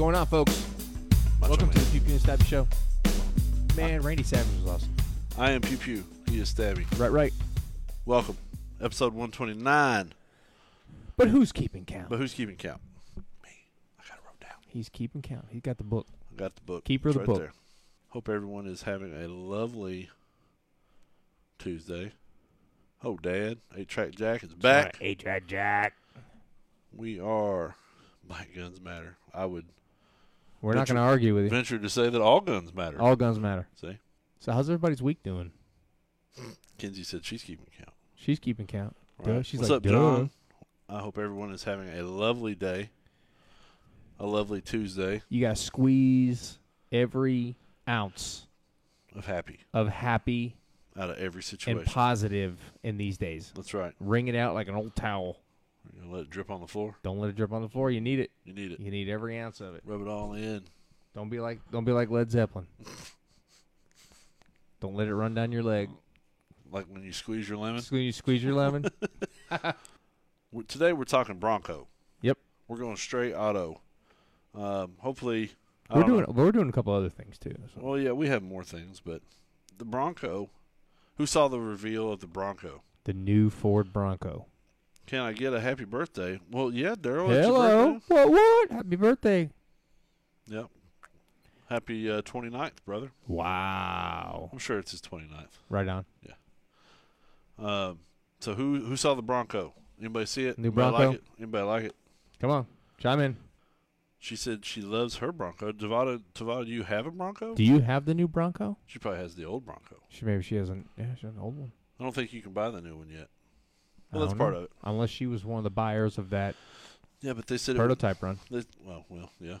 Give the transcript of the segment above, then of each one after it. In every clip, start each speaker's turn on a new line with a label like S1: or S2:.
S1: on, folks?
S2: Macho
S1: Welcome to
S2: Man.
S1: the Pew Pew and Stabby Show. Man, Randy Savage was awesome.
S2: I am Pew Pew. He is Stabby.
S1: Right, right.
S2: Welcome, episode one twenty nine.
S1: But who's keeping count?
S2: But who's keeping count? Me. I got it wrote down.
S1: He's keeping count. He got the book.
S2: I got the book.
S1: Keeper of
S2: It's
S1: the
S2: right
S1: book.
S2: There. Hope everyone is having a lovely Tuesday. Oh, Dad, eight track Jack is back.
S1: H. Jack.
S2: We are. Black guns matter. I would
S1: We're not
S2: Venture-
S1: going to argue with you.
S2: venture to say that all guns matter.
S1: All guns matter.
S2: See,
S1: So how's everybody's week doing?
S2: Kenzie said she's keeping count.
S1: She's keeping count. Duh.
S2: Right.
S1: She's
S2: What's
S1: like,
S2: up,
S1: duh.
S2: John? I hope everyone is having a lovely day, a lovely Tuesday
S1: You got to squeeze every ounce
S2: of happy
S1: of happy
S2: out of every
S1: and
S2: situation.
S1: positive in these days.
S2: That's right.
S1: Wring it out like an old towel.
S2: You're gonna let it drip on the floor.
S1: Don't let it drip on the floor. You need it.
S2: You need it.
S1: You need every ounce of it.
S2: Rub it all in.
S1: Don't be like don't be like Led Zeppelin. don't let it run down your leg.
S2: Like when you squeeze your lemon.
S1: Squeeze, squeeze your lemon.
S2: We're- Today we're talking Bronco.
S1: Yep.
S2: We're going straight auto. Um, hopefully, I
S1: we're
S2: don't
S1: doing we're doing a couple other things too.
S2: know.
S1: so-
S2: Well, yeah, we have more things, but the Bronco. Who saw the reveal of the Bronco?
S1: The new Ford Bronco.
S2: Can I get a happy birthday? Well, yeah, Daryl. it's your
S1: Hello.
S2: birthday.
S1: What what? Happy birthday.
S2: Yep. Happy uh, 29th, brother.
S1: Wow.
S2: I'm sure it's his 29th.
S1: Right on.
S2: Um, so who who saw the Bronco? Anybody see it?
S1: New
S2: Anybody
S1: Bronco?
S2: Like it? Anybody like it?
S1: Come on. Chime in.
S2: She said she loves her Bronco. Tavada, Tavada, do you have a Bronco?
S1: Do you have the new Bronco?
S2: She probably has the old Bronco.
S1: She maybe she has an yeah, she has an old one.
S2: I don't think you can buy the new one yet.
S1: I
S2: Well, that's
S1: don't
S2: part
S1: know.
S2: of it.
S1: Unless she was one of the buyers of that
S2: Yeah, but they said it.
S1: prototype run.
S2: They, well, well, yeah,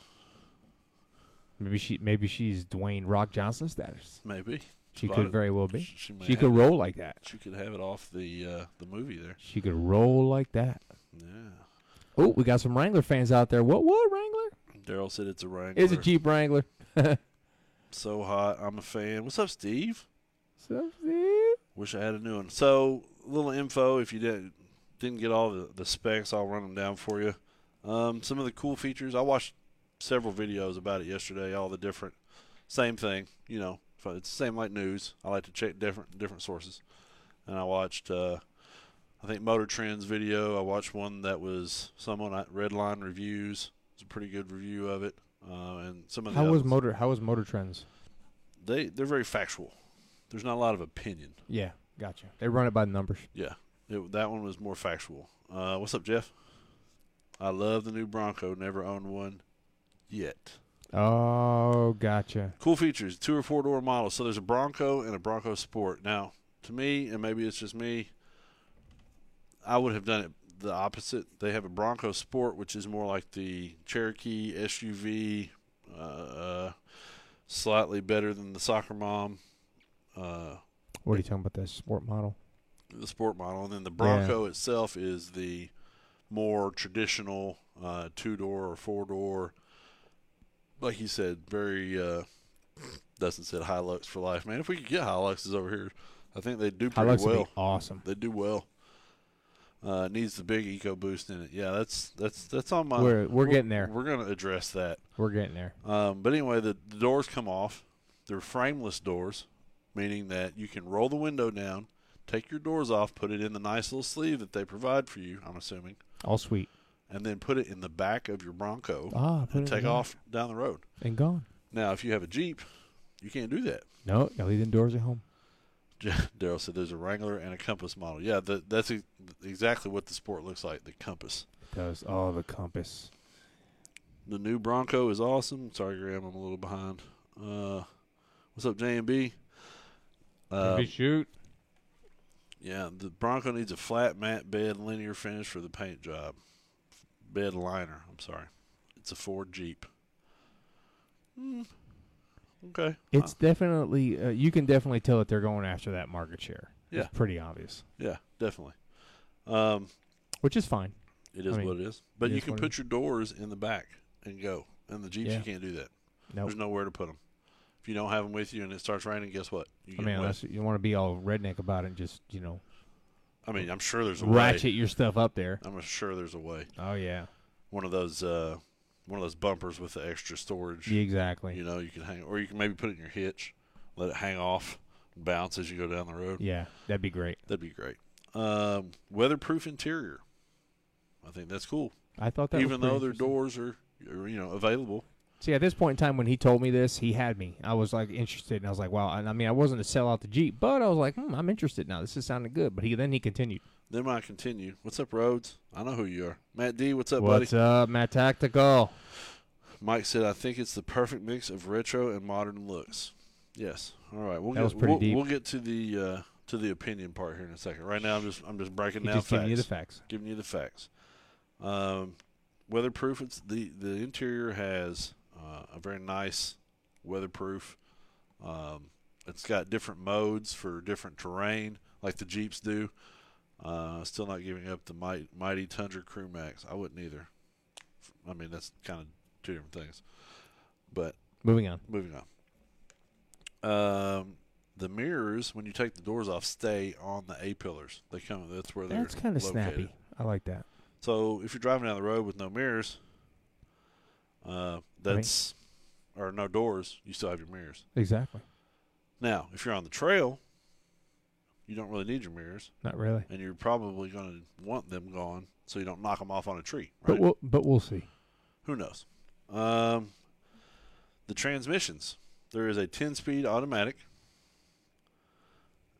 S1: Maybe she maybe she's Dwayne Rock Johnson status.
S2: maybe
S1: She
S2: Bought
S1: could
S2: it.
S1: very well be.
S2: she may
S1: She
S2: have
S1: could
S2: it.
S1: roll like that.
S2: She could have it off the uh, the movie there.
S1: She could roll like that.
S2: Yeah.
S1: Oh, we got some Wrangler fans out there. What? What Wrangler?
S2: Daryl said it's a Wrangler.
S1: It's a Jeep Wrangler.
S2: So hot. I'm a fan. What's up, Steve?
S1: So, see?
S2: Wish I had a new one. So, little info if you didn't didn't get all the, the specs, I'll run them down for you. Um, some of the cool features. I watched several videos about it yesterday. All the different, same thing. You know, if I- it's the same like news. I like to check different different sources, and I watched. Uh, I think Motor Trends video. I watched one that was someone at Redline Reviews. It's a pretty good review of it, uh, and some of the
S1: How was
S2: others.
S1: motor? How was Motor Trends?
S2: they they're very factual. There's not a lot of opinion.
S1: Yeah, gotcha. They run it by the numbers.
S2: Yeah, it, that one was more factual. Uh, what's up, Jeff? I love the new Bronco. Never owned one yet.
S1: Oh, gotcha.
S2: Cool features: two or four door model. So there's a Bronco and a Bronco Sport. Now, to me, and maybe it's just me, I would have done it the opposite. They have a Bronco Sport, which is more like the Cherokee SUV, uh, uh, slightly better than the Soccer Mom. Uh,
S1: What are you talking about? The sport model?
S2: the sport model, and then the Bronco itself is the more traditional uh, two door or four door. Like you said, very uh, Dustin said Hilux for life, man. If we could get Hiluxes over here, I think they do pretty
S1: Hilux would
S2: well.
S1: be awesome.
S2: They do well. Uh, it needs the big eco boost in it. Yeah, that's that's that's on my.
S1: We're- we're getting there.
S2: We're gonna address that.
S1: We're getting there.
S2: Um, but anyway, the, the doors come off. They're frameless doors, meaning that you can roll the window down, take your doors off, put it in the nice little sleeve that they provide for you, I'm assuming,
S1: All sweet.
S2: and then put it in the back of your Bronco
S1: Ah, put
S2: and
S1: it
S2: take
S1: in there.
S2: off down the road.
S1: and gone.
S2: Now, if you have a Jeep, you can't do that.
S1: No, you leave the doors at home.
S2: Daryl said there's a Wrangler and a Compass model. Yeah, the, that's e- exactly what the Sport looks like the Compass.
S1: Does all the compass?
S2: The new Bronco is awesome. Sorry, Graham, I'm a little behind. Uh, what's up, J&B? Uh,
S1: shoot.
S2: Yeah, the Bronco needs a flat matte bed linear finish for the paint job. Bed liner, I'm sorry. It's a Ford Jeep. Hmm. Okay.
S1: It's definitely. Uh, you can definitely tell that they're going after that market share.
S2: Yeah.
S1: It's pretty obvious,
S2: yeah, definitely. Um,
S1: which is fine.
S2: it is
S1: I mean,
S2: what it is. But
S1: it
S2: you
S1: is
S2: can
S1: what it
S2: put your doors in the back and go. And the Jeeps,
S1: Yeah.
S2: you can't do that.
S1: No,
S2: There's nowhere to put them. If you don't have them with you and it starts raining, guess what? You
S1: I
S2: get
S1: mean,
S2: wet.
S1: unless you want to be all redneck about it and just you know
S2: I mean, I'm sure there's a way.
S1: ratchet your stuff up there.
S2: I'm sure there's a way.
S1: Oh yeah,
S2: One of those, uh, one of those bumpers with the extra storage.
S1: Yeah, exactly.
S2: You know, you can hang, or you can maybe put it in your hitch, let it hang off, and bounce as you go down the road.
S1: Yeah, that'd be great.
S2: That'd be great. Um, weatherproof interior. I think that's cool.
S1: I thought that
S2: Even
S1: was pretty
S2: though their
S1: interesting.
S2: doors are, are, you know, available.
S1: See, at this point in time, when he told me this, he had me. I was like interested, and I was like, "Wow!" And I mean, I wasn't to sell out the Jeep, but I was like, hmm, "I'm interested now. This is sounding good." But he then he continued,
S2: Then when I continue, what's up, Rhodes? I know who you are. Matt D, what's up, buddy?
S1: "What's up, Matt Tactical?
S2: Mike said, I think it's the perfect mix of retro and modern looks. Yes. All right. We'll
S1: That
S2: get,
S1: was pretty
S2: we'll,
S1: deep.
S2: we'll get to the uh, to the opinion part here in a second. Right now, I'm just I'm just breaking
S1: He
S2: down
S1: just
S2: facts.
S1: giving you the facts.
S2: giving you the facts. Um, weatherproof. It's the the interior has uh, a very nice weatherproof. Um, it's got different modes for different terrain, like the Jeeps do. Uh, still not giving up the might, mighty Tundra Crew Max. I wouldn't either. I mean, that's kind of two different things. But
S1: Moving on.
S2: moving on. Um, the mirrors, when you take the doors off, stay on the A pillars. They come. That's where they're.
S1: That's kind of
S2: located.
S1: snappy. I like that.
S2: So if you're driving down the road with no mirrors, uh, that's or no doors, you still have your mirrors.
S1: Exactly.
S2: Now, if you're on the trail, you don't really need your mirrors,
S1: Not really,
S2: and you're probably going to want them gone so you don't knock them off on a tree. Right?
S1: but we'll but we'll see.
S2: Who knows? Um, the transmissions. There is a 10-speed automatic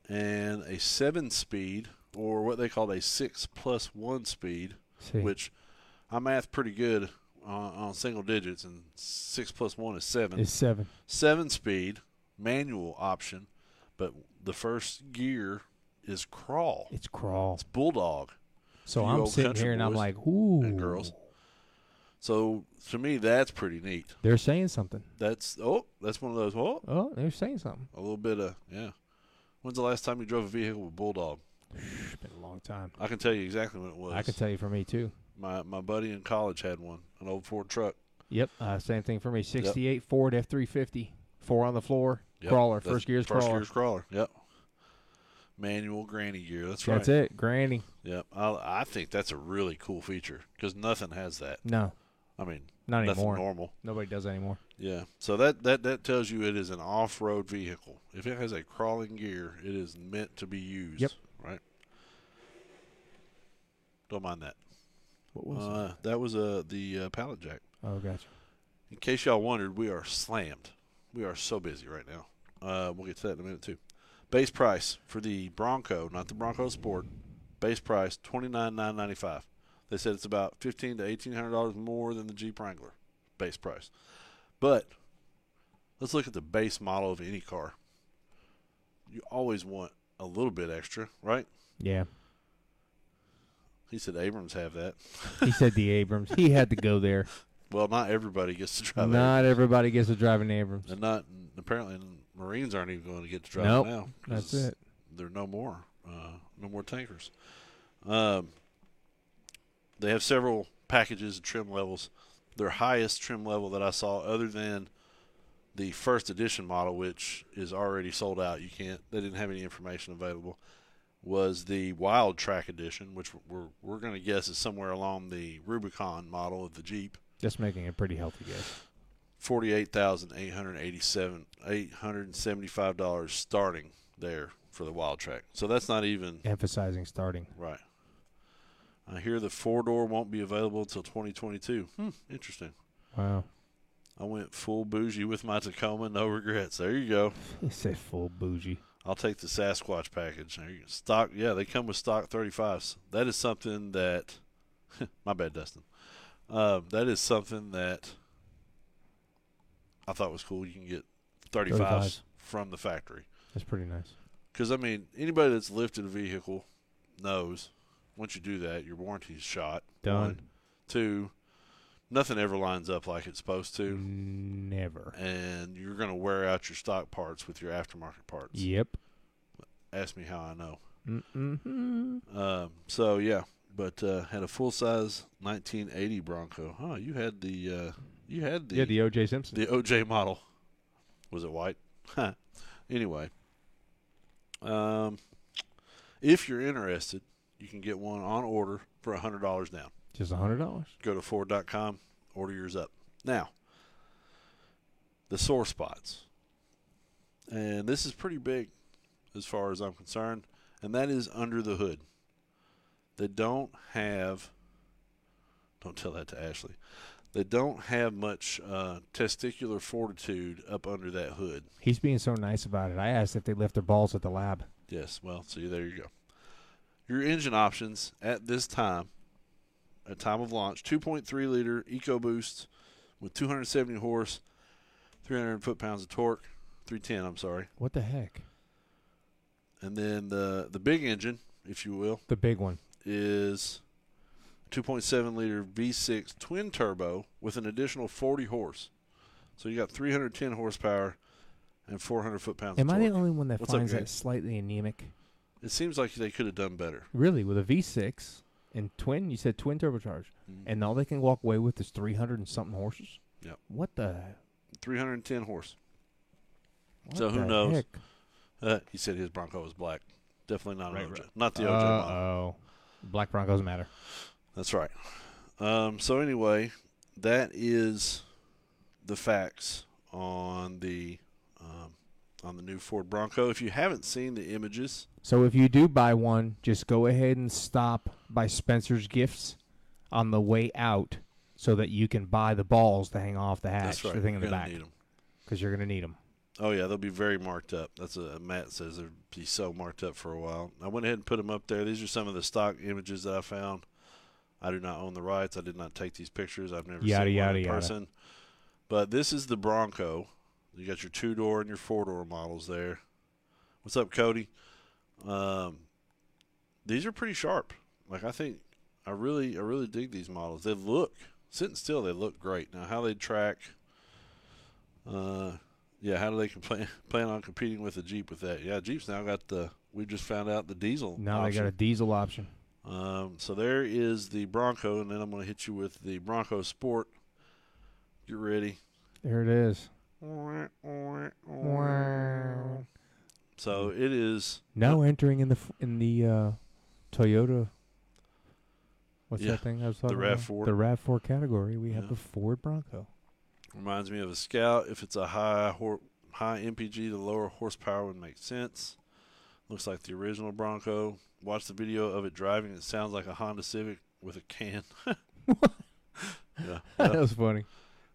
S2: and a 7-speed, or what they call a 6 plus 1 speed
S1: See,
S2: which I math pretty good on, on single digits, and six plus one is seven.
S1: it's seven.
S2: seven speed manual option, but the first gear is crawl.
S1: It's crawl.
S2: It's bulldog.
S1: So
S2: you
S1: I'm
S2: old
S1: sitting
S2: country
S1: here and I'm
S2: boys
S1: like, "Ooh,
S2: and girls. So to me, that's pretty neat.
S1: They're saying something.
S2: That's oh, that's one of those oh,
S1: Oh, they're saying something.
S2: a little bit of yeah. When's the last time you drove a vehicle with bulldog?
S1: It's been a long time.
S2: I can tell you exactly when it was.
S1: I can tell you for me too.
S2: my my buddy in college had one, an old Ford truck.
S1: Yep. Uh, same thing for me. 68 Ford F350. Four on the floor.
S2: Yep,
S1: crawler.
S2: that's
S1: First gear's
S2: first
S1: crawler.
S2: gear's crawler. Yep. Manual granny gear. That's right.
S1: That's it. Granny.
S2: Yep, I, I think that's a really cool feature because nothing has that.
S1: No,
S2: I mean,
S1: not
S2: nothing
S1: anymore.
S2: normal.
S1: Nobody does that anymore.
S2: Yeah, so that, that that tells you it is an off-road vehicle. If it has a crawling gear, it is meant to be used.
S1: Yep.
S2: Right. Don't mind that.
S1: What was
S2: Uh, that was uh, the uh, pallet jack.
S1: it? Oh, gotcha.
S2: In case y'all wondered, we are slammed. We are so busy right now. Uh, we'll get to that in a minute too. Base price for the Bronco, not the Bronco Sport. Base price twenty nine nine ninety five. They said it's about fifteen to eighteen hundred dollars more than the Jeep Wrangler base price. But let's look at the base model of any car. You always want a little bit extra, right?
S1: Yeah.
S2: He said Abrams have that.
S1: He said the Abrams. He had to go there.
S2: Well, not everybody gets to drive that.
S1: Not everybody gets to drive an Abrams.
S2: And not apparently Marines aren't even going to get to drive
S1: Nope,
S2: now. 'cause
S1: That's it.
S2: There are no more, uh, no more tankers. Um, they have several packages and trim levels. Their highest trim level that I saw, other than the first edition model, which is already sold out, you can't. They didn't have any information available. Was the Wild Track edition, which we're we're going to guess is somewhere along the Rubicon model of the Jeep.
S1: Just making a pretty healthy guess.
S2: Forty-eight thousand eight hundred eighty-seven, eight hundred and seventy-five dollars starting there for the wild track. So that's not even
S1: Emphasizing starting.
S2: right. I hear the four door won't be available until 2022. Hmm, interesting.
S1: Wow.
S2: I went full bougie with my Tacoma, no regrets. There you go.
S1: He said full bougie.
S2: I'll take the Sasquatch package. There you go. Stock, yeah, they come with stock 35s. That is something that, my bad, Dustin. Um, that is something that I thought was cool. You can get 35s,
S1: 35s.
S2: from the factory.
S1: That's pretty nice.
S2: Because, I mean, anybody that's lifted a vehicle knows once you do that, your warranty's shot.
S1: Done.
S2: One. Two, nothing ever lines up like it's supposed to.
S1: Never.
S2: And you're going to wear out your stock parts with your aftermarket parts.
S1: Yep.
S2: Ask me how I know.
S1: Mm-mm-mm.
S2: Um, so yeah, but uh, had a full size 1980 Bronco. Huh? You had the uh, you had the
S1: Yeah, the OJ Simpson.
S2: the OJ model. Was it white? Huh. anyway, um, if you're interested, you can get one on order for hundred dollars down.
S1: Just a hundred dollars.
S2: Go to Ford.com, order yours up. Now, the sore spots. And this is pretty big as far as I'm concerned, and that is under the hood. They don't have, don't tell that to Ashley, they don't have much uh, testicular fortitude up under that hood.
S1: He's being so nice about it. I asked if they left their balls at the lab.
S2: Yes, well, see, there you go. Your engine options at this time, at time of launch, 2.3 liter EcoBoost with 270 horse, 300 foot pounds of torque, 310, I'm sorry.
S1: What the heck?
S2: And then the the big engine, if you will,
S1: The big one.
S2: is 2.7 liter V6 twin turbo with an additional 40 horse. So you got 310 horsepower and 400 foot pounds.
S1: Am
S2: of
S1: I the
S2: torque.
S1: only one that
S2: What's up,
S1: finds
S2: Greg?
S1: that slightly anemic?
S2: It seems like they could have done better.
S1: Really, with a V6 and twin, you said twin turbocharged, and all they can walk away with is 300 and something horses?
S2: Mm-hmm. Yep.
S1: What the?
S2: 310 horse.
S1: what
S2: So who
S1: the
S2: knows?
S1: heck?
S2: Uh, he said his Bronco was black. Definitely not an
S1: Right,
S2: OJ.
S1: right.
S2: Not the OJ model.
S1: Uh-oh. Black Broncos matter.
S2: That's right. Um, so anyway, that is the facts on the um, on the new Ford Bronco. If you haven't seen the images,
S1: So if you do buy one, just go ahead and stop by Spencer's Gifts on the way out so that you can buy the balls to hang off the hatch,
S2: that's right.
S1: the thing in the
S2: you're gonna
S1: back,
S2: need 'em.
S1: because you're going to need them.
S2: Oh yeah, they'll be very marked up. That's what Matt says they'll be so marked up for a while. I went ahead and put them up there. These are some of the stock images that I found. I do not own the rights. I did not take these pictures. I've never
S1: Yada,
S2: seen one
S1: yada,
S2: in
S1: yada.
S2: person. But this is the Bronco. You got your two door and your four door models there. What's up, Cody? Um, these are pretty sharp. Like I think I really I really dig these models. They look sitting still. They look great. Now how they track. Uh, yeah, how do they complain, plan on competing with the Jeep with that? Yeah, Jeep's now got the. We just found out the diesel.
S1: Now
S2: option.
S1: they got a diesel option.
S2: Um, so there is the Bronco, and then I'm going to hit you with the Bronco Sport. Get ready.
S1: There it is.
S2: So
S1: Mm-hmm.
S2: it is.
S1: Now entering in the f- in the uh, Toyota. What's
S2: Yeah,
S1: that thing I was talking about?
S2: RAV4.
S1: The Rav Four category. We have
S2: Yeah.
S1: the Ford Bronco.
S2: Reminds me of a Scout. If it's a high hor- high MPG, the lower horsepower would make sense. Looks like the original Bronco. Watch the video of it driving. It sounds like a Honda Civic with a can. yeah. yeah.
S1: that was funny.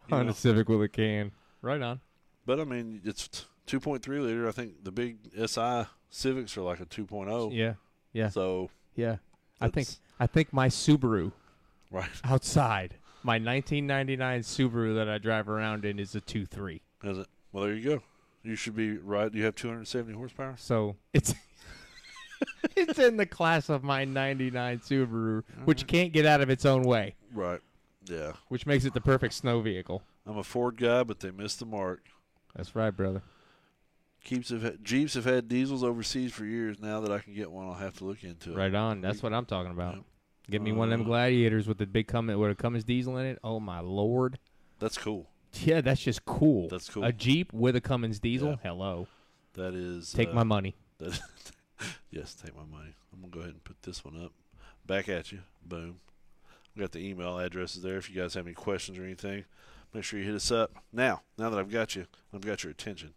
S2: You
S1: Honda
S2: know.
S1: Civic with a can. Right on.
S2: But I mean, it's t- 2.3 liter. I think the big SI Civics are like a 2.0.
S1: Yeah, yeah.
S2: So
S1: yeah.
S2: Oh.
S1: I think
S2: that's-
S1: I think my Subaru
S2: right.
S1: outside. My 1999 Subaru that I drive around in is a 2.3.
S2: Is it? Well, there you go. You should be right. You have 270 horsepower.
S1: So it's it's in the class of my 99 Subaru,
S2: Mm-hmm.
S1: which can't get out of its own way,
S2: Right. Yeah.
S1: which makes it the perfect snow vehicle.
S2: I'm a Ford guy, but they missed the mark.
S1: That's right, brother.
S2: Keeps have had, Jeeps have had diesels overseas for years. Now that I can get one, I'll have to look into it.
S1: Right on. That's what I'm talking about.
S2: Yep.
S1: Get me one of them
S2: Uh,
S1: gladiators with the big Cummins with a Cummins diesel in it. Oh my lord.
S2: That's cool.
S1: Yeah, that's just cool.
S2: That's cool.
S1: A Jeep with a Cummins diesel.
S2: Yeah.
S1: Hello.
S2: That is.
S1: Take
S2: uh,
S1: my money.
S2: That, yes, take my money. I'm gonna go ahead and put this one up. Back at you. Boom. We got the email addresses there. If you guys have any questions or anything, make sure you hit us up. Now, now that I've got you, I've got your attention.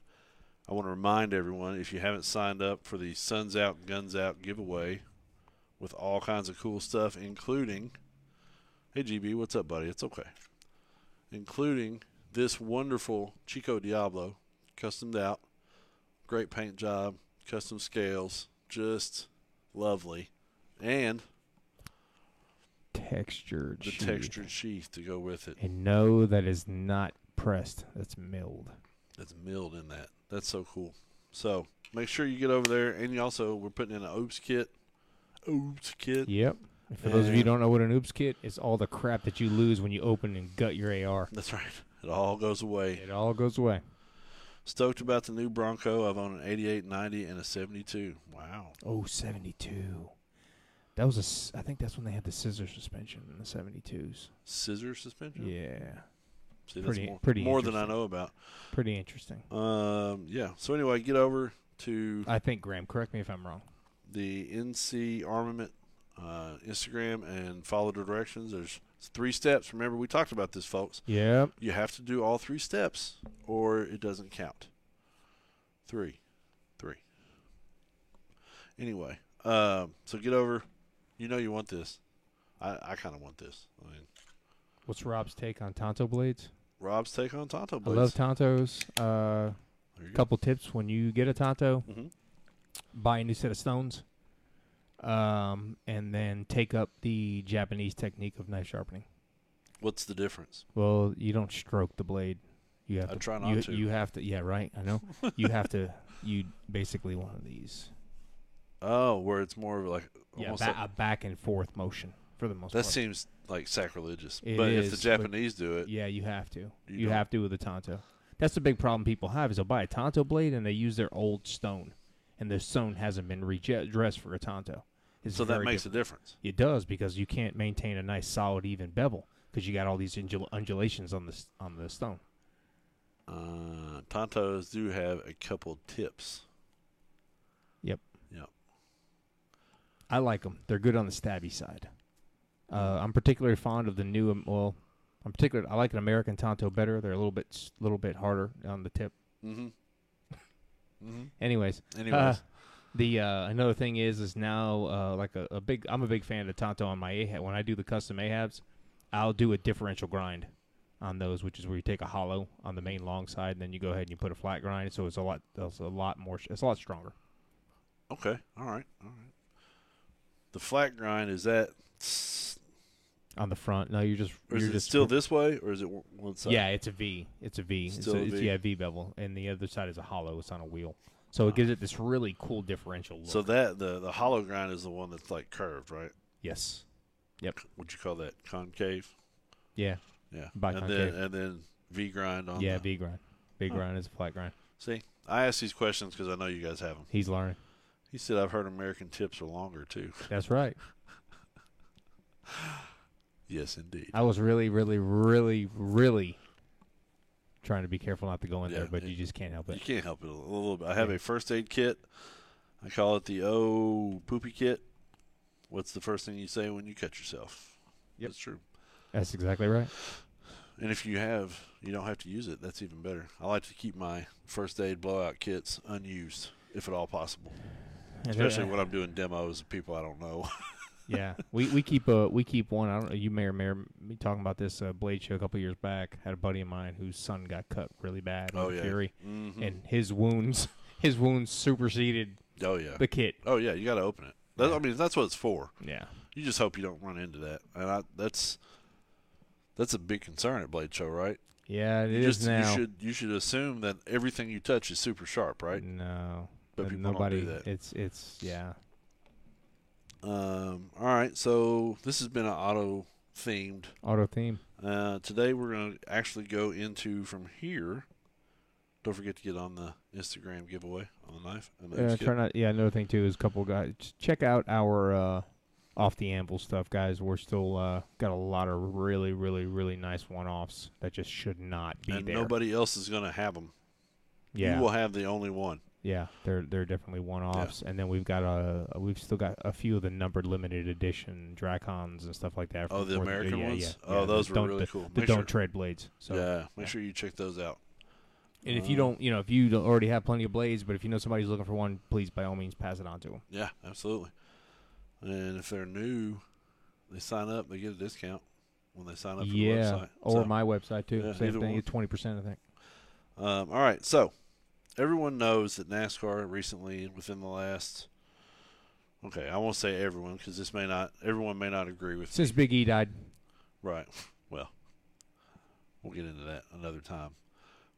S2: I want to remind everyone if you haven't signed up for the Suns Out, Guns Out giveaway with all kinds of cool stuff, including Hey GB, what's up, buddy? It's okay. Including this wonderful Chico Diablo, customed out, great paint job, custom scales, just lovely, and
S1: Textured.
S2: the textured sheath to go with it.
S1: And no, that is not pressed. That's milled.
S2: That's milled in that. That's so cool. So make sure you get over there, and you also we're putting in an oops kit. Oops kit.
S1: Yep. And For those of you who
S2: And-
S1: don't know what an oops kit is, all the crap that you lose when you open and gut your AR.
S2: That's right. It all goes away.
S1: It all goes away.
S2: Stoked about the new Bronco. I've owned an 88, 90, and a 72. Wow.
S1: Oh, 72. That was a. s- I think that's when they had the scissor suspension in the 72s.
S2: Scissor suspension.
S1: Yeah.
S2: See, that's
S1: Pretty-
S2: more,
S1: pretty
S2: more than I
S1: interesting.
S2: know about.
S1: Pretty interesting.
S2: Um, yeah. So anyway, get over to
S1: I think Graham. Correct me if I'm wrong.
S2: the NC Armament uh, Instagram and follow the directions. There's three steps. Remember, we talked about this, folks.
S1: Yep.
S2: You have to do all three steps, or it doesn't count. Three, three. Anyway, um, so get over. You know you want this. I, I kind of want this. I mean,
S1: What's Rob's take on Tonto blades?
S2: Rob's take on Tonto
S1: I
S2: blades.
S1: love Tontos. Uh,
S2: There you go.
S1: couple tips when you get a Tonto.
S2: Mhm.
S1: buy a new set of stones, um, and then take up the Japanese technique of knife sharpening.
S2: What's the difference?
S1: Well, you don't stroke the blade. You have
S2: I
S1: to
S2: try not
S1: you,
S2: to.
S1: You have to. Yeah, right. I know. you have to. You basically one of these.
S2: Oh, where it's more of like
S1: Yeah,
S2: almost
S1: ba-
S2: like-
S1: a back and forth motion for the most
S2: that
S1: part.
S2: seems like sacrilegious.
S1: It
S2: but if
S1: is,
S2: the
S1: but-
S2: Japanese do it,
S1: yeah, you have to. You,
S2: don't-
S1: have to with a Tonto. That's the big problem people have is they'll buy a Tonto blade and they use their old stone, and their stone hasn't been redressed for a Tonto. It's
S2: so that
S1: very
S2: makes
S1: different.
S2: a difference.
S1: It does because you can't maintain a nice solid even bevel because you got all these undul- undulations on the s- on the stone.
S2: Uh, Tontos do have a couple tips.
S1: I like them. They're good on the stabby side. Uh, I'm particularly fond of the new. um, Well, I'm particular. I like an American Tonto better. They're a little bit s- little bit harder on the tip.
S2: Mm-hmm. Mm-hmm.
S1: Anyways,
S2: Anyways,
S1: Uh, the uh, another thing is is now uh, like a, a big. I'm a big fan of Tonto on my Ahab. When I do the custom Ahabs, I'll do a differential grind on those, which is where you take a hollow on the main long side, and then you go ahead and you put a flat grind. So it's a lot. It's a lot more. It's a lot stronger.
S2: okay, all right, all right. The flat grind is that,
S1: on the front. No, you're just
S2: or
S1: you're
S2: is it
S1: just
S2: still this way, or is it one- one side?
S1: Yeah, it's a V. It's a V. It's,
S2: Still
S1: a,
S2: a
S1: it's
S2: V.
S1: yeah V bevel, and the other side is a hollow. It's on a wheel, so it gives it this really cool differential look.
S2: Ah. So that the the hollow grind is the one that's like curved, right?
S1: yes,
S2: Would you call that concave?
S1: yeah,
S2: Yeah. and
S1: Biconcave.
S2: then and then V grind on.
S1: yeah
S2: the-
S1: V grind. V
S2: Huh.
S1: grind is a flat grind.
S2: See, I ask these questions because I know you guys have them.
S1: He's learning.
S2: He said I've heard American tips are longer too.
S1: That's right.
S2: Yes, indeed.
S1: I was really, really, really, really trying to be careful not to go in
S2: Yeah,
S1: there, but
S2: it-
S1: you just can't help
S2: you
S1: it.
S2: can't help it a little bit. I have a first aid kit. I call it the O poopy kit. What's the first thing you say when you cut yourself?
S1: Yep.
S2: That's true.
S1: That's exactly right.
S2: And if you have, you don't have to use it. That's even better. I like to keep my first aid blowout kits unused, if at all possible.
S1: And uh, there-
S2: Especially when I'm doing demos of people I don't know.
S1: yeah, we, we keep a we keep one. I don't know. You may or may or be talking about this uh, blade show a couple years back. Had a buddy of mine whose son got cut really bad. in
S2: Oh,
S1: the
S2: yeah.
S1: Fury.
S2: hmm
S1: and his wounds his wounds superseded
S2: oh yeah.
S1: the kit.
S2: Oh yeah. You got to open it. That, I mean, that's what it's for.
S1: Yeah.
S2: You just hope you don't run into that. And I, that's that's a big concern at Blade Show, right?
S1: Yeah, it
S2: you
S1: is
S2: just
S1: now.
S2: you should you should assume that everything you touch is super sharp, right?
S1: No.
S2: But
S1: But
S2: people don't
S1: Mm-hmm. nobody
S2: do that.
S1: it's it's yeah.
S2: Um, all right, so this has been an auto themed.
S1: Auto theme.
S2: Uh, today we're going to actually go into from here. Don't forget to get on the Instagram giveaway on the knife. And the
S1: Uh,
S2: knife
S1: try not yeah, another thing too is a couple guys check out our uh off the anvil stuff, guys. We're still uh got a lot of really, really, really nice one offs that just should not be
S2: and
S1: there.
S2: nobody else is going to have them.
S1: yeah.
S2: You will have the only one.
S1: Yeah, they're they're definitely one offs, and then we've got a we've still got a few of the numbered limited edition Dracons and stuff like that.
S2: Oh,
S1: from
S2: the
S1: Fourth-
S2: American
S1: yeah,
S2: ones?
S1: yeah,
S2: Oh,
S1: yeah,
S2: those
S1: the
S2: were
S1: don't-
S2: really
S1: the,
S2: cool.
S1: The
S2: Make
S1: don't
S2: sure-
S1: tread blades. So,
S2: yeah, make
S1: yeah.
S2: sure you check those out.
S1: and if you don't, you know, if you don't already have plenty of blades, but if you know somebody's looking for one, please by all means pass it on to them.
S2: Yeah, absolutely. And if they're new, they sign up, they get a discount when they sign up for the
S1: yeah,
S2: website.
S1: or
S2: So-
S1: my website too.
S2: yeah, either
S1: Same
S2: one.
S1: thing, twenty percent, I think.
S2: Um, all right, so everyone knows that NASCAR recently, within the last, okay, I won't say everyone because this may not, everyone may not agree with.
S1: Since Big E died,
S2: Right. Well, we'll get into that another time,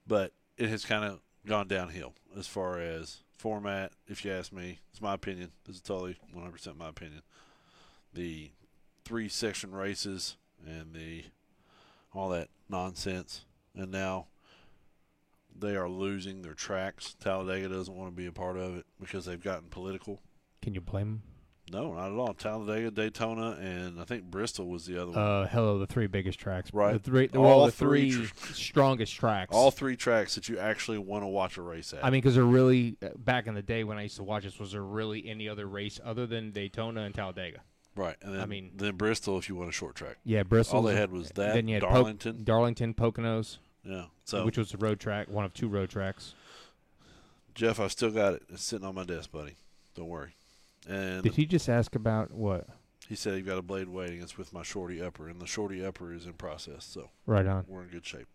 S2: but it has kind of gone downhill as far as format. If you ask me, it's my opinion. This is totally 100% my opinion. The three section races and the all that nonsense, and now they are losing their tracks. Talladega doesn't want to be a part of it because they've gotten political.
S1: can you blame
S2: No, not at all. Talladega, Daytona, and I think Bristol was the other
S1: him?
S2: one.
S1: Uh, hello, the three biggest tracks.
S2: Right.
S1: the three, they're
S2: All
S1: all the
S2: three
S1: three,
S2: tr-
S1: strongest tracks.
S2: All three tracks that you actually want to watch a race at.
S1: I mean, because they're really uh, back in the day when I used to watch this. Was there really any other race other than Daytona and Talladega?
S2: Right. And then,
S1: I mean-
S2: then Bristol if you want a short track.
S1: Yeah, Bristol.
S2: All they had was that,
S1: Then you had Poc-
S2: Darlington.
S1: Darlington, Poconos,
S2: yeah. So,
S1: which was a road track, one of two road tracks.
S2: Jeff, I still got it. It's sitting on my desk, buddy. Don't worry. And
S1: Did he just ask about what?
S2: he said he got a blade waiting. It's with my shorty upper, and the shorty upper is in process. So
S1: Right on.
S2: we're in good shape.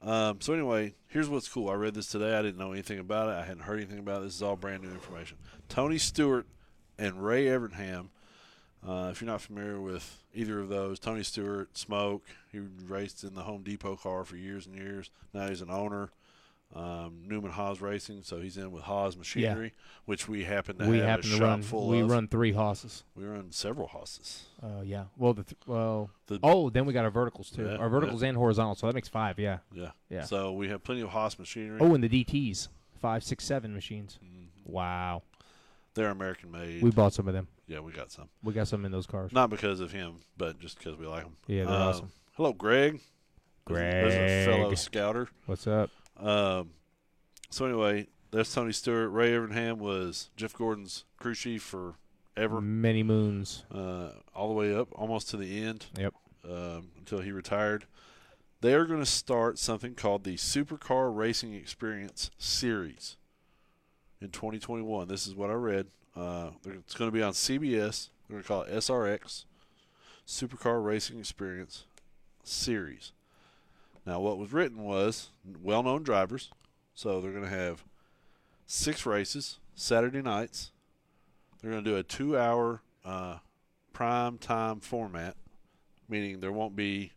S2: Um, so anyway, here's what's cool. I read this today. I didn't know anything about it. I hadn't heard anything about it. This is all brand new information. Tony Stewart and Ray Evernham. Uh, if you're not familiar with either of those, Tony Stewart, Smoke, he raced in the Home Depot car for years and years. Now he's an owner, um, Newman Haas Racing, so he's in with Haas Machinery, which we happen to
S1: We
S2: have
S1: happen
S2: a
S1: to
S2: shop
S1: run.
S2: full
S1: We
S2: of.
S1: run three hosses.
S2: we run several Haas's.
S1: Oh yeah. Well, the th- well.
S2: The-
S1: oh, then we got our verticals too.
S2: Yeah,
S1: our verticals and horizontal, so that makes five. Yeah.
S2: Yeah.
S1: Yeah.
S2: So we have plenty of Haas Machinery.
S1: Oh, and the DTS, five, six, seven machines.
S2: Mm-hmm.
S1: Wow.
S2: They're American made.
S1: We bought some of them.
S2: yeah, we got some.
S1: We got some in those cars.
S2: Not because of him, but just because we like him.
S1: Yeah, they're
S2: Uh,
S1: awesome.
S2: Hello, Greg. There's a fellow
S1: Greg.
S2: scouter.
S1: What's up?
S2: Um, so anyway, that's Tony Stewart. Ray Evernham was Jeff Gordon's crew chief for ever,
S1: Many moons.
S2: uh, all the way up almost to the end
S1: Yep.
S2: um, until he retired. They are going to start something called the Supercar Racing Experience Series in 2021. This is what I read. Uh, they're- it's going to be on CBS. They're going to call it SRX Supercar Racing Experience Series. Now, what was written was well known drivers. So they're going to have six races Saturday nights. They're going to do a two hour uh, prime time format meaning there won't be,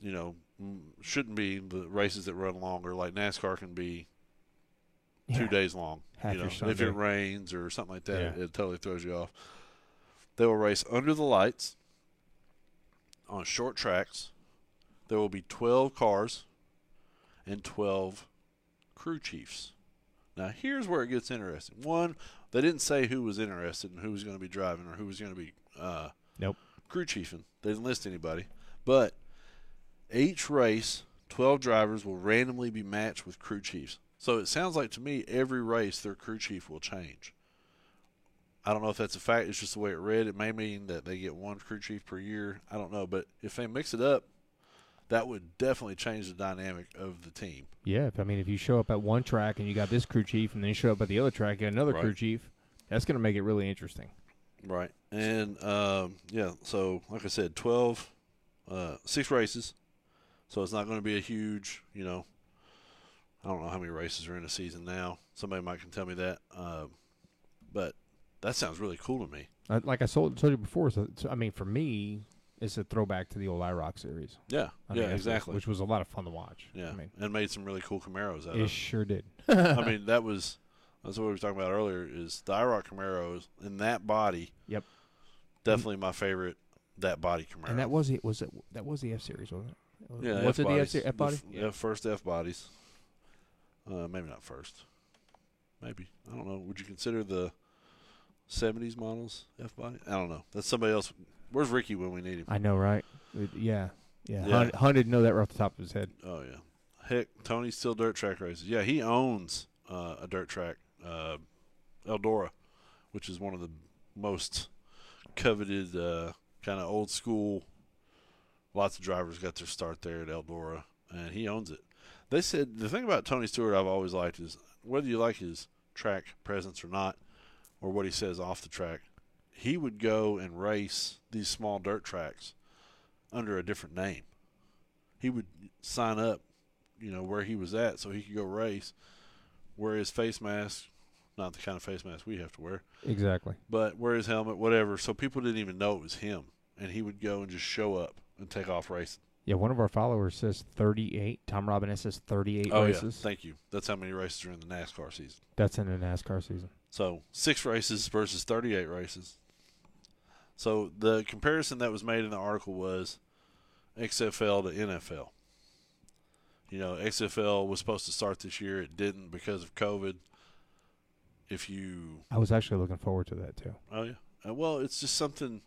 S2: you know, m- shouldn't be the races that run longer. Like NASCAR can be two
S1: Yeah.
S2: days long.
S1: Half
S2: you
S1: your
S2: know, if
S1: Sunday.
S2: it rains or something like that,
S1: Yeah.
S2: it totally throws you off. They will race under the lights on short tracks. There will be 12 cars and 12 crew chiefs. Now, here's where it gets interesting. One, they didn't say who was interested and who was going to be driving or who was going to be uh,
S1: Nope.
S2: crew chiefing. They didn't list anybody. But each race, 12 drivers will randomly be matched with crew chiefs. So it sounds like to me every race their crew chief will change. I don't know if that's a fact. It's just the way it read. It may mean that they get one crew chief per year. I don't know. But if they mix it up, that would definitely change the dynamic of the team.
S1: Yeah. If, I mean, if you show up at one track and you got this crew chief, and then you show up at the other track, you got another
S2: Right.
S1: crew chief, that's going to make it really interesting.
S2: Right. And um, yeah, so like I said, 12, uh, six races. So it's not going to be a huge, you know, I don't know how many races are in a season now. Somebody might can tell me that. Um, but that sounds really cool to me.
S1: Uh, like I told, told you before, so, so, I mean, for me, it's a throwback to the old IROC series.
S2: Yeah.
S1: I
S2: yeah,
S1: mean, that's-
S2: exactly.
S1: Which was a lot of fun to watch.
S2: yeah. Uh,
S1: I mean,
S2: and made some really cool Camaros out of
S1: it
S2: it.
S1: sure did.
S2: I mean, that was that's what we were talking about earlier. Is the IROC Camaros in that body?
S1: Yep.
S2: Definitely my favorite. That body Camaro.
S1: And that was it. Was it that was the F series, wasn't it? Was-
S2: yeah,
S1: was it the F,
S2: F-bodies.
S1: se- F body?
S2: f- yeah, first F bodies. Uh, maybe not first. Maybe I don't know. Would you consider the '70s models F body? I don't know. That's somebody else. Where's Ricky when we need him?
S1: I know, right? It- yeah, yeah.
S2: Yeah.
S1: Hunt, Hunt didn't know that right off the top of his head.
S2: Oh yeah. Heck, Tony's still dirt track races. Yeah, he owns uh, a dirt track, uh, Eldora, which is one of the most coveted uh, kind of old school. Lots of drivers got their start there at Eldora, and he owns it. They said the thing about Tony Stewart I've always liked is whether you like his track presence or not, or what he says off the track, he would go and race these small dirt tracks under a different name he would sign up, you know, where he was at so he could go race, wear his face mask, not the kind of face mask we have to wear,
S1: Exactly.
S2: but wear his helmet, whatever. So people didn't even know it was him. And he would go and just show up and take off racing.
S1: Yeah, one of our followers says 38. Tom Robin says 38 races.
S2: Oh, Thank you. That's how many races are in the NASCAR season.
S1: That's in a NASCAR season.
S2: So six races versus 38 races. So the comparison that was made in the article was XFL to NFL. You know, XFL was supposed to start this year. It didn't because of COVID. If you,
S1: I was actually looking forward to that too.
S2: oh yeah, Uh, well, it's just something.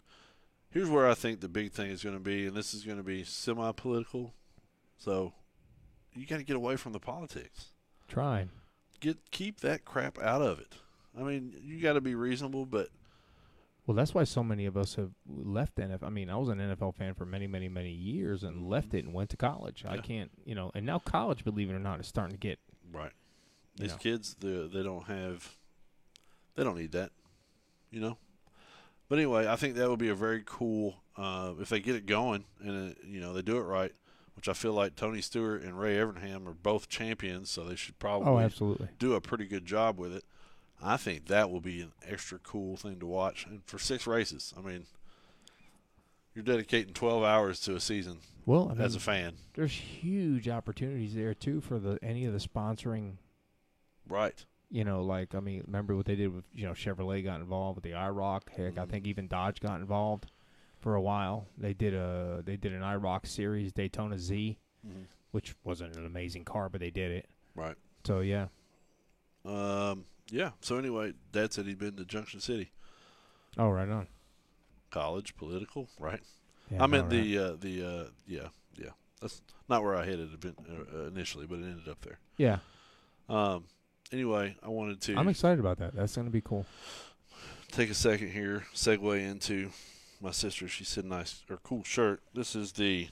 S2: Here's where I think the big thing is going to be, and this is going to be semi-political. So you got to get away from the politics
S1: Trying.
S2: get keep that crap out of it. I mean, you got to be reasonable, but
S1: Well, that's why so many of us have left NFL. I mean, I was an NFL fan for many, many, many years and left it and went to college. I
S2: Yeah.
S1: can't, you know, and now college, believe it or not, is starting to get.
S2: Right.
S1: You
S2: These
S1: know.
S2: kids, they they don't have, they don't need that, you know. But anyway, I think that would be a very cool uh, if they get it going and uh, you know they do it right, which I feel like Tony Stewart and Ray Evernham are both champions, so they should
S1: Oh,
S2: probably
S1: absolutely.
S2: do a pretty good job with it. I think that will be an extra cool thing to watch, and for six races, I mean, you're dedicating 12 hours to a season
S1: Well, I mean,
S2: as a fan,
S1: there's huge opportunities there too for the any of the sponsoring.
S2: right?
S1: You know, like I mean, remember what they did with you know Chevrolet got involved with the IROC. Heck, I
S2: Mhm.
S1: think even Dodge got involved for a while. They did a they did an IROC series Daytona Z,
S2: Mhm.
S1: which wasn't an amazing car, but they did it.
S2: Right.
S1: So yeah,
S2: Um, yeah. So anyway, Dad said he'd been to Junction City
S1: oh right on.
S2: College, political, right?
S1: Yeah,
S2: I meant
S1: no, right.
S2: the uh, the uh, yeah yeah. That's not where I headed event- uh, initially, but it ended up there.
S1: yeah.
S2: Um, anyway, I wanted to
S1: I'm excited about that. That's gonna be cool.
S2: take a second here, segue into my sister. She said nice or cool shirt. This is the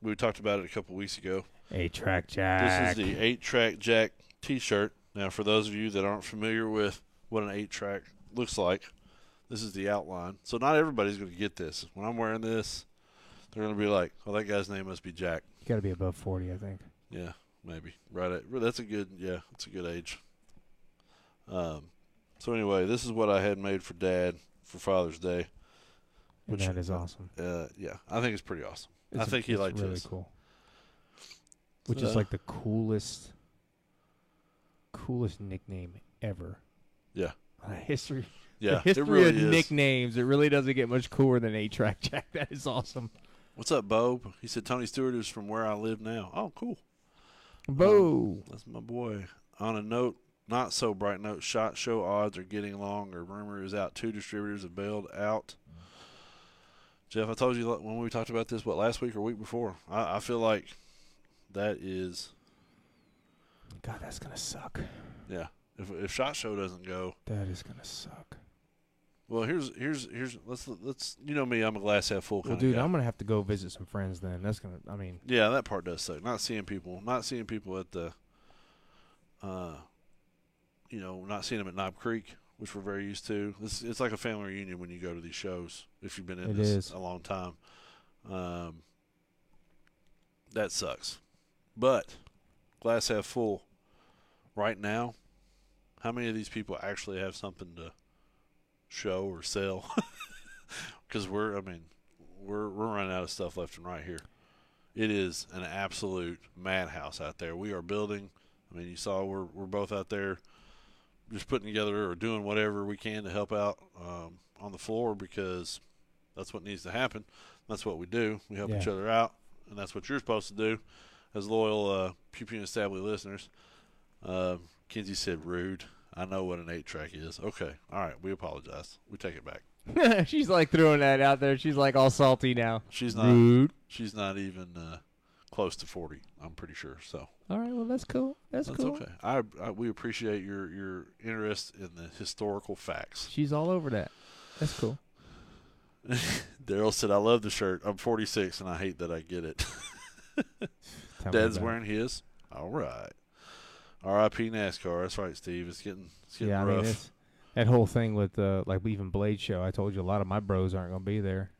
S2: we talked about it a couple weeks ago.
S1: A track jack.
S2: This is the eight track jack T-shirt. Now, for those of you that aren't familiar with what an eight track looks like, this is the outline. So not everybody's going to get this. When I'm wearing this, they're going to be like, "Oh, that guy's name must be Jack."
S1: you got to be above 40, I think.
S2: Yeah, maybe. Right. At, that's a good. Yeah, that's a good age. Um. So anyway, this is what I had made for Dad for Father's Day.
S1: And
S2: Which-
S1: that is awesome.
S2: Uh, yeah, I think it's pretty awesome. I
S1: It's-
S2: think he
S1: it's
S2: liked
S1: really
S2: this.
S1: cool. Which is
S2: Uh,
S1: like the coolest, coolest nickname ever.
S2: Yeah.
S1: Uh, history. the
S2: Yeah,
S1: history
S2: it really
S1: of
S2: is.
S1: nicknames. It really doesn't get much cooler than A track jack. That is awesome.
S2: What's up, Bob? He said Tony Stewart is from where I live now. Oh, cool.
S1: Boo.
S2: That's my boy. On a note, not so bright note, shot show odds are getting longer. Rumor is out two distributors have bailed out. Jeff, I told you lo- when we talked about this, what, last week or week before? I, I feel like that is,
S1: God, that's gonna suck.
S2: yeah. If, if shot show doesn't go,
S1: That is gonna suck.
S2: well, here's here's here's let's let's you know me, I'm a glass half full kind
S1: Well,
S2: of
S1: dude,
S2: guy.
S1: I'm gonna have to go visit some friends then. That's gonna. I mean,
S2: Yeah, that part does suck. Not seeing people, not seeing people at the, uh, you know, not seeing them at Knob Creek, which we're very used to. It's it's like a family reunion when you go to these shows. If you've been in
S1: It
S2: this
S1: is.
S2: a long time, um, that sucks. But glass half full. Right now, how many of these people actually have something to show or sell? Because we're, I mean, we're we're running out of stuff left and right here. It is an absolute madhouse out there. We are building. I mean, you saw we're we're both out there, just putting together or doing whatever we can to help out um, on the floor because that's what needs to happen. That's what we do. We help each
S1: Yeah.
S2: other out, and that's what you're supposed to do, as loyal uh, Pew Pew and Stably listeners. Uh, Kinsey said rude. I know what an eight track is. Okay, all right. We apologize. We take it back.
S1: she's like throwing that out there. She's like all salty now.
S2: She's not.
S1: Rude.
S2: She's not even uh, close to forty. I'm pretty sure. So
S1: All right. Well, that's cool. That's,
S2: that's
S1: cool.
S2: okay. I, I we appreciate your your interest in the historical facts.
S1: She's all over that. That's cool.
S2: Daryl said, "I love the shirt. I'm 46 and I hate that I get it."
S1: Tell me
S2: Dad's
S1: about it.
S2: wearing his. All right. R.I.P. NASCAR. That's right, Steve. It's getting it's getting
S1: Yeah, I
S2: rough.
S1: mean, it's, that whole thing with uh, like even Blade Show. I told you a lot of my bros aren't going to be there.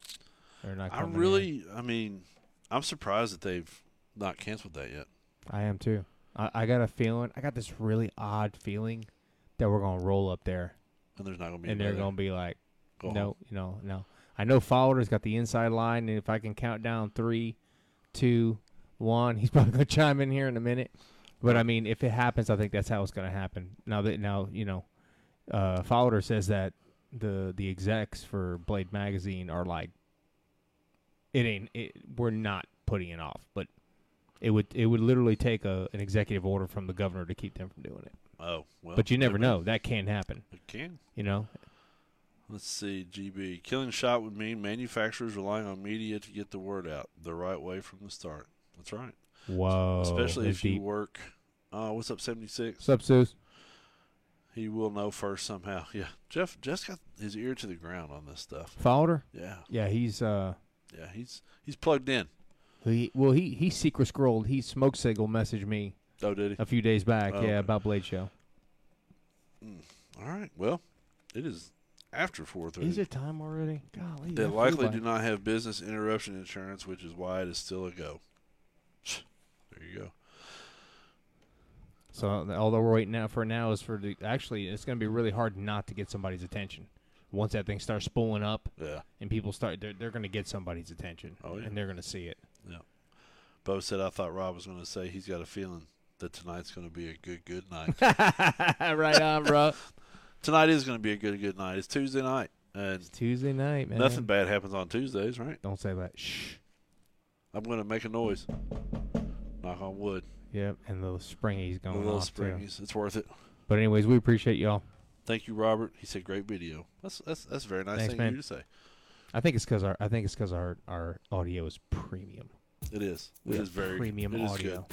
S1: They're not.
S2: I
S1: coming in.
S2: really. I mean, I'm surprised that they've not canceled that yet.
S1: I am too. I, I got a feeling. I got this really odd feeling that we're going to roll up there,
S2: And there's not going to be.
S1: and they're
S2: another.
S1: going to be like,
S2: Go home.
S1: no, you know, no. I know Fowler's got the inside line, and if I can count down three, two, one, he's probably going to chime in here in a minute. But I mean, if it happens, I think that's how it's going to happen. Now that now you know, uh, Fowler says that the the execs for Blade Magazine are like, it ain't it, we're not putting it off, but it would it would literally take a an executive order from the governor to keep them from doing it.
S2: Oh well.
S1: But you never
S2: could
S1: know; that can happen.
S2: be. It can.
S1: You know,
S2: Let's see, GB. Killing shot would mean manufacturers relying on media to get the word out the right way from the start. That's right.
S1: whoa,
S2: Especially
S1: that's
S2: if you
S1: Oh, deep.
S2: work. Uh, what's up, 76?
S1: What's up, Seuss?
S2: He will know first somehow. Yeah, Jeff. Jeff's got his ear to the ground on this stuff.
S1: Fowler?
S2: Yeah,
S1: Yeah, he's uh
S2: yeah. He's he's plugged in.
S1: he well he he secret scrolled. He smoke signal messaged me
S2: Oh, did he?
S1: a few days back.
S2: Oh, okay.
S1: yeah, about Blade Show.
S2: All right. Well, it is after four thirty.
S1: Is it time already? Golly,
S2: They
S1: that flew
S2: likely
S1: by.
S2: do not have business interruption insurance, which is why it is still a go. There you go.
S1: So although we're waiting now for now is for the actually it's going to be really hard not to get somebody's attention. Once that thing starts spooling up
S2: Yeah.
S1: and people start, they're, they're going to get somebody's attention
S2: Oh, yeah.
S1: and they're going to see it.
S2: Bo said, I thought Rob was going to say he's got a feeling that tonight's going to be a good, good night.
S1: right on, bro.
S2: Tonight is going to be a good, good night. It's Tuesday night, and
S1: It's Tuesday night, man.
S2: nothing bad happens on Tuesdays, right?
S1: Don't say that. Shh.
S2: I'm going to make a noise. Knock on wood.
S1: Yep. And the springy's
S2: The
S1: going
S2: little
S1: off too.
S2: springies. It's worth it.
S1: But anyways, we appreciate y'all.
S2: Thank you, Robert. He said, great video. That's that's, that's a very nice
S1: Thanks,
S2: thing
S1: man.
S2: of you to say.
S1: I think it's because our I think it's because our our audio is premium.
S2: It is.
S1: We
S2: it
S1: have
S2: is very
S1: premium
S2: it is
S1: audio.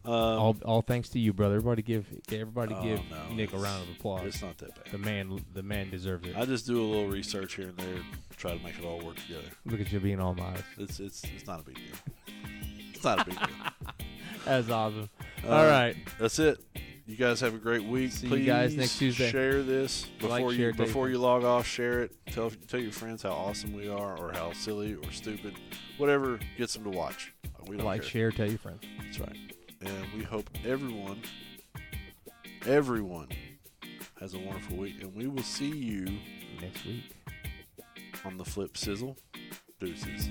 S2: good. Um,
S1: all all thanks to you, brother. Everybody give everybody
S2: Oh,
S1: give
S2: no,
S1: Nick a
S2: it's-
S1: round of applause.
S2: It's not that bad.
S1: The man the man deserves it.
S2: I just do a little research here and there, and try to make it all work together.
S1: Look at you being all modest.
S2: It's it's it's not a big deal. It's not a big deal.
S1: That's awesome.
S2: Uh,
S1: all right.
S2: that's it. You guys have a great week.
S1: See
S2: Please
S1: you guys next Tuesday.
S2: Share this before
S1: Like,
S2: you
S1: share, take
S2: before
S1: it.
S2: you log off. Share it. Tell tell your friends how awesome we are, or how silly or stupid, whatever gets them to watch. We don't
S1: Like,
S2: care.
S1: share, tell your friends.
S2: That's right. And we hope everyone, everyone, has a wonderful week, and we will see you
S1: Next week.
S2: on the flip sizzle. Deuces.